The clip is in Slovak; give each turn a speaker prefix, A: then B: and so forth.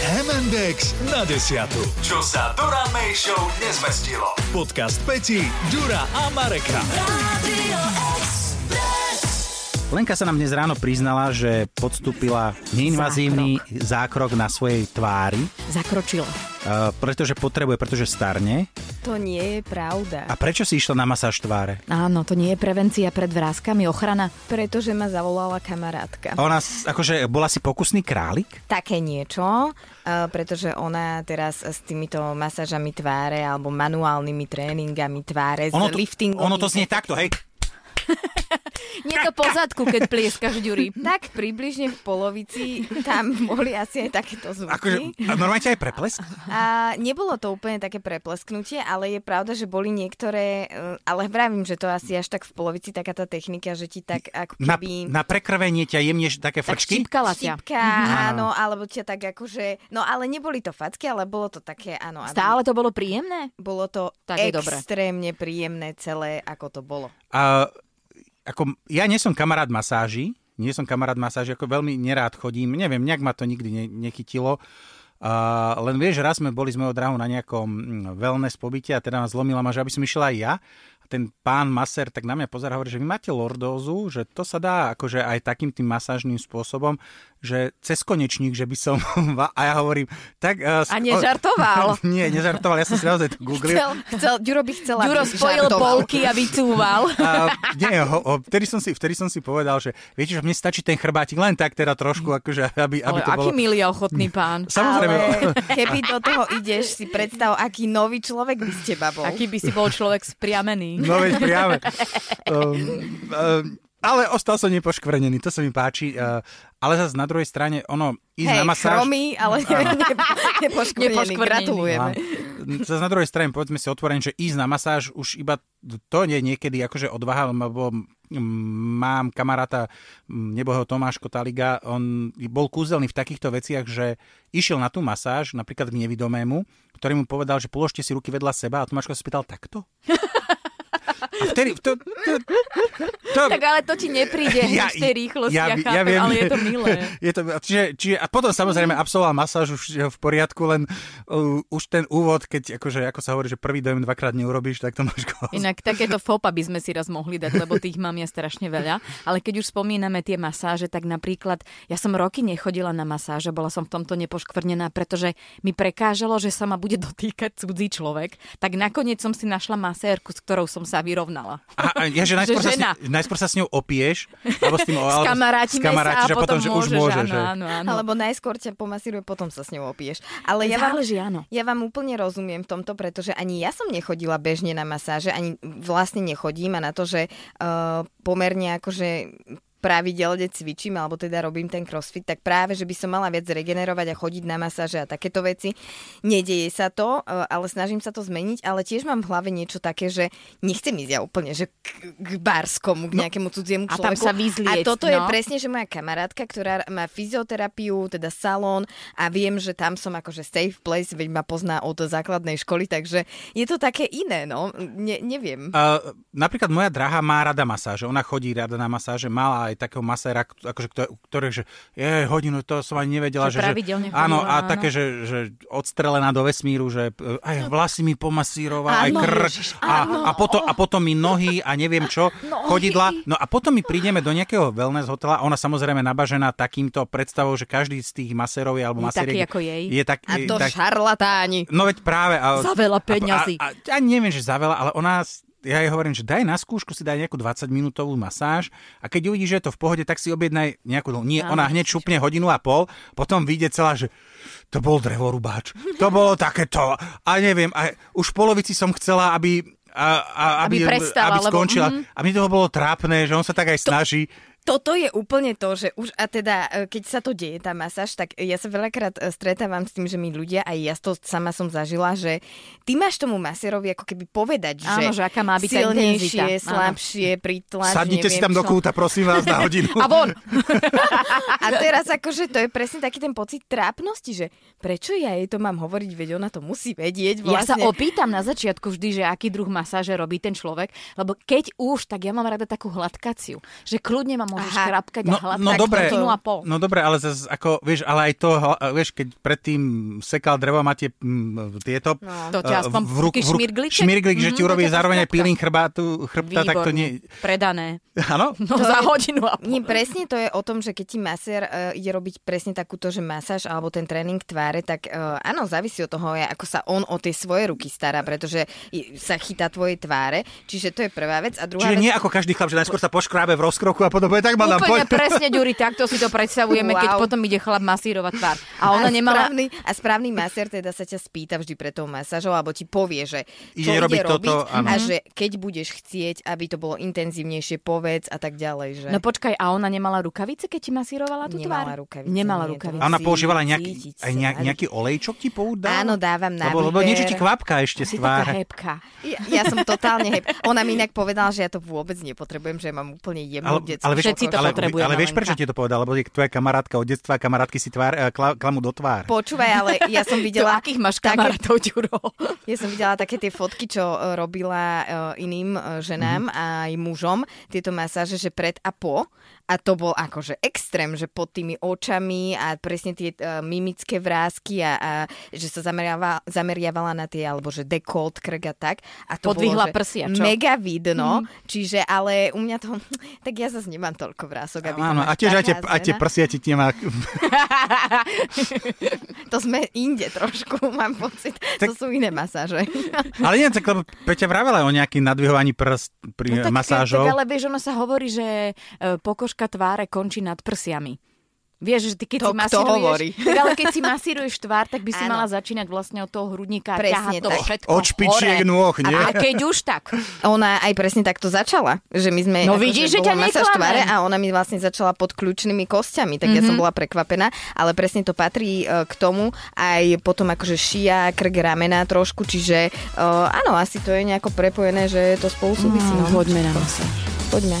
A: M&X na desiatu. Čo sa Dura May Show nezmestilo. Podcast Peti, Dura a Mareka.
B: Lenka sa nám dnes ráno priznala, že podstúpila neinvazívny zákrok na svojej tvári,
C: Zakročila.
B: eh, pretože potrebuje, pretože starne.
C: To nie je pravda.
B: A prečo si išla na masáž tváre?
C: Áno, to nie je prevencia pred vrázkami, ochrana.
D: Pretože ma zavolala kamarátka.
B: A Ona, s- akože, bola si pokusný králik?
D: Také niečo, e, pretože ona teraz s týmito masážami tváre alebo manuálnymi tréningami tváre, s
B: to,
D: liftingom.
B: ono to znie takto, hej.
C: Nie to po zadku, keď plieskaš ďury.
D: Tak približne v polovici tam boli asi aj takéto zvuky.
B: Akože, a normálne ťa aj preplesk?
D: A nebolo to úplne také preplesknutie, ale je pravda, že boli niektoré, e, ale vravím, že to asi až tak v polovici taká tá technika, že ti tak ako
B: Na,
D: keby...
B: na prekrvenie ťa jemne že také frčky?
C: Štípkala ťa.
D: Štípka,
C: Mhm.
D: áno, alebo ťa tak akože... No ale neboli to facky, ale bolo to také, áno. aby-
C: Stále to bolo príjemné?
D: Bolo to
C: Tak je dobre.
D: extrémne príjemné celé, ako to bolo.
B: A, ako, ja nie som kamarát masáži, nie som kamarát masáži, ako veľmi nerád chodím, neviem, nejak ma to nikdy ne, nechytilo. A, len vieš, raz sme boli s mojou drahou na nejakom mm, wellness pobyte a teda ma zlomila ma, že aby som išiel aj ja. A ten pán masér tak na mňa pozera a hovorí, že vy máte lordózu, že to sa dá akože aj takým tým masážnym spôsobom, že cez konečník, že by som... va- A ja hovorím, tak... eh, s-
C: A
B: O,
C: nežartoval.
B: nie, nežartoval, ja som si naozaj to googlil.
D: Chcel, chcel, Ďuro by chcela,
C: Ďuro
D: aby
C: spojil
D: žartoval.
C: polky a vycúval.
B: A, nie, ho, ho, vtedy, som si, vtedy som si povedal, že viete, že mne stačí ten chrbátik len tak teda trošku, akože, aby, aby
C: Mm. Ale
B: to
C: aký
B: bolo...
C: milý a ochotný pán.
B: Samozrejme,
D: Ale keby do toho ideš, si predstav, aký nový človek by z teba bol.
C: Aký by si bol človek spriamený.
B: no veď priame. Um, um, ale ostal som nepoškvrnený, to sa mi páči. Uh, ale zase na druhej strane, ono, ísť
D: Hej,
B: na masáž...
D: chromý, ale ne, ne, nepoškvrnený.
C: Nepoškvrnený.
D: Gratulujeme.
B: Zase na druhej strane, povedzme si otvorene, že ísť na masáž už iba to nie je niekedy akože odvaha, lebo mm, mám kamaráta mm, nebohého Tomáško Taliga, on bol kúzelný v takýchto veciach, že išiel na tú masáž, napríklad k nevidomému, ktorý mu povedal, že položte si ruky vedľa seba a Tomáško sa spýtal takto? A vtedy, to, to, to,
C: Tak ale to ti nepríde ja, v tej rýchlosti, ja, ja, chápem,
B: viem,
C: ale je to milé.
B: Je to, čiže, čiže, a potom
C: Mm.
B: samozrejme absolvoval masáž už v poriadku, len uh, už ten úvod, keď akože, ako sa hovorí, že prvý dojem dvakrát neurobiš, tak to máš kolos.
C: Inak takéto fopa by sme si raz mohli dať, lebo tých mám ja strašne veľa. Ale keď už spomíname tie masáže, tak napríklad ja som roky nechodila na masáže, bola som v tomto nepoškvrnená, pretože mi prekážalo, že sa ma bude dotýkať cudzí človek. Tak nakoniec som si našla masérku, s ktorou som sa vyrovnala.
B: A, a ja, že najskôr, sa s,
C: Že žena.
B: ňou- najskôr sa s ňou opieš, alebo s tým...
C: S kamarátime sa a
B: že
C: potom,
B: že už môžeš.
C: áno,
B: že?
C: áno, áno.
D: Alebo najskôr ťa pomasíruje, potom sa s ňou opiješ. Ale ja vám,
C: Záleží, áno.
D: Ja vám úplne rozumiem v tomto, pretože ani ja som nechodila bežne na masáže, ani vlastne nechodím a na to, že uh, pomerne akože pravidelne cvičím, alebo teda robím ten crossfit, tak práve, že by som mala viac regenerovať a chodiť na masáže a takéto veci. Nedeje sa to, e, ale snažím sa to zmeniť, ale tiež mám v hlave niečo také, že nechcem ísť ja úplne, že k, k bárskomu, k nejakému cudziemu
C: A tam
D: človeku.
C: sa
D: A
C: vyzlieť,
D: toto je
C: no.
D: presne, že moja kamarátka, ktorá má fyzioterapiu, teda salón a viem, že tam som akože safe place, veď ma pozná od základnej školy, takže je to také iné, no, ne, neviem.
B: Uh, napríklad moja drahá má rada masáže, ona chodí rada na masáže, mala aj takého maséra, k- akože, kto- ktorý, že je hodinu, to som ani nevedela. Že,
C: Že
B: že
C: pravidelne
B: Áno,
C: chodila,
B: a
C: áno.
B: také, že, že odstrelená do vesmíru, že e, aj
C: No.
B: vlasy mi pomasírovala, aj
D: Áno,
B: krk
D: Ježiš,
B: a, a, potom, a potom mi nohy a neviem čo, chodidla. No a potom my prídeme do nejakého wellness hotela, ona samozrejme nabažená takýmto predstavou, že každý z tých masérov je, alebo
C: Je taký
B: masériek
C: ako jej.
B: Je tak,
D: A
B: je
D: to
B: tak,
D: šarlatáni.
B: No veď práve. A,
C: Za veľa
B: a-
C: peňazí.
B: A, a, a neviem, že za veľa, ale ona, s- ja jej hovorím, že daj na skúšku si daj nejakú 20-minútovú masáž a keď uvidíš, že je to v pohode, tak si objednaj nejakú dlhú. Nie, ona hneď šupne hodinu a pol, potom vyjde celá, že to bol drevorubáč, to bolo takéto. A neviem, a už v polovici som chcela, aby a, a,
C: Aby prestala,
B: aby
C: lebo-
B: skončila.
C: mhm.
B: A mne toho bolo trápne, že on sa tak aj snaží.
D: Toto je úplne to, že už a teda, e, keď sa to deje, tá masáž, tak ja sa veľakrát e, stretávam s tým, že mi ľudia, aj ja to sama som zažila, že ty máš tomu masérovi ako keby povedať,
C: Áno, že aká má byť tá
D: silnejšie,
C: intenzita. Áno.
D: slabšie, pritlač,
B: Sadnite si
D: neviem
B: tam do
D: čo.
B: kúta, prosím vás, na hodinu.
C: A von!
D: A teraz akože to je presne taký ten pocit trápnosti, že prečo ja jej to mám hovoriť, veď ona to musí vedieť
C: Ja sa
D: vlastne.
C: opýtam na začiatku vždy, že aký druh masáže robí ten človek, lebo keď už, tak ja mám rada takú hladkaciu, že kľudne ma môžeš
D: Aha.
C: krapkať a hladkať
B: no, dobre,
C: hodinu a pol.
B: no dobre, ale zas, ako, vieš, ale aj to, hla- vieš, keď predtým sekal drevo, máte mm, tieto...
D: No.
C: To
B: eh,
C: ťa aspoň taký šmirglíček?
B: šmirglík, že ti
C: Mhm,
B: urobí
C: to ťa
B: zároveň aj
C: škrapka.
B: peeling chrbátu, chrbta, tak to nie...
C: Predané.
B: Áno?
C: No
D: To
C: za
D: je-
C: hodinu a pol.
D: Nie, presne to je o tom, že keď ti masér uh, ide robiť presne takúto, že masáž alebo ten tréning tváre, tak uh, áno, závisí od toho, ako sa on o tie svoje ruky stará, pretože i- sa chytá tvojej tváre. Čiže to je prvá vec. A druhá
B: Čiže
D: vec...
B: nie ako každý chlap, že najskôr sa poškrábe v rozkroku a podobne, tak ma dám,
C: Úplne
B: poď.
C: presne, Ďuri, takto si to predstavujeme, keď
D: Wow.
C: potom ide chlap masírovať tvár. A ona nemala...
D: správny, a správny masér teda sa ťa spýta vždy pre tou masážou, alebo ti povie, že
B: Ide
D: čo ide
B: robiť
D: robiť,
B: toto, áno.
D: a že keď budeš chcieť, aby to bolo intenzívnejšie, povedz a tak ďalej. Že...
C: No počkaj, a ona nemala rukavice, keď ti masírovala tú tvár?
D: Nemala rukavice,
C: Nemala
D: nie, to-
B: A
C: rukavice.
B: ona
D: Cítiť,
B: používala nejaký,
D: cítiť
B: aj
D: sa,
B: nejak,
D: áno.
B: nejaký olejčok ti poudávala?
D: Áno, dávam na
B: lebo, lebo
D: výber.
B: niečo ti kvapká ešte z
C: Si taká
B: tváre.
C: hebká.
D: Ja, ja som totálne hep. Ona mi inak povedala, že ja to vôbec nepotrebujem, že ja mám úplne jemnú detskú
C: vieš- Všetci to
B: ale,
C: potrebujeme,
B: ale vieš,
C: Lenka.
B: prečo ti to povedala? Lebo je tvoja kamarátka od detstva, kamarátky si tvár, eh, kla, klamu do tvár.
D: Počúvaj, ale ja som videla...
C: Videla, akých máš
D: také,
C: kamarátov, Ďuro?
D: ja som videla také tie fotky, čo e, robila e, iným e, ženám
B: Mhm.
D: a aj mužom, tieto masáže, že pred a po. A to bol akože extrém, že pod tými očami a presne tie e, mimické vrázky a, a že sa zameriava, zameriavala na tie, alebo že dekolt, krk a tak. A to
C: Podvihla
D: bolo, že
C: prsia, čo?
D: Mega
B: Mhm.
D: vidno, čiže ale u mňa to... Tak ja zase nemám toľko vrások, aby to
B: Áno,
D: mala
B: a tiež aj tie,
D: stará
B: aj
C: no.
B: tie
D: žena.
B: prsia ti nemá...
D: To sme inde trošku, mám pocit.
B: Tak-
D: To sú iné masáže.
B: Ale nie, tak lebo Peťa vravela o nejaký nadvihovaní prst pri no,
C: tak,
B: masážov.
C: Tak, ale vieš, ono sa hovorí, že e, pokožka tváre končí nad prsiami. Vieš, že ty keď
D: To
C: si
D: kto
C: masíruješ,
D: hovorí?
C: Tak, ale keď si masíruješ tvár, tak by si
D: Áno.
C: mala začínať vlastne od toho hrudníka a ťahať
D: Presne
C: to
D: tak. Hm.
C: všetko
B: Od špičiek
C: hore.
B: nôh, nie?
C: A keď už tak.
D: Ona aj presne takto začala, že my sme...
C: No
D: akože
C: vidíš, že
D: bola
C: ťa
D: masáž
C: neklamem.
D: tváre a ona mi vlastne začala pod kľúčnými kostiami, tak ja som
C: Mhm.
D: bola prekvapená, ale presne to patrí e, k tomu aj potom akože šia, krk, ramena trošku, čiže e, áno, asi to je nejako prepojené, že to spolu
C: Mm,
D: súvisí. No,
C: Poďme na masáž.
D: poďme.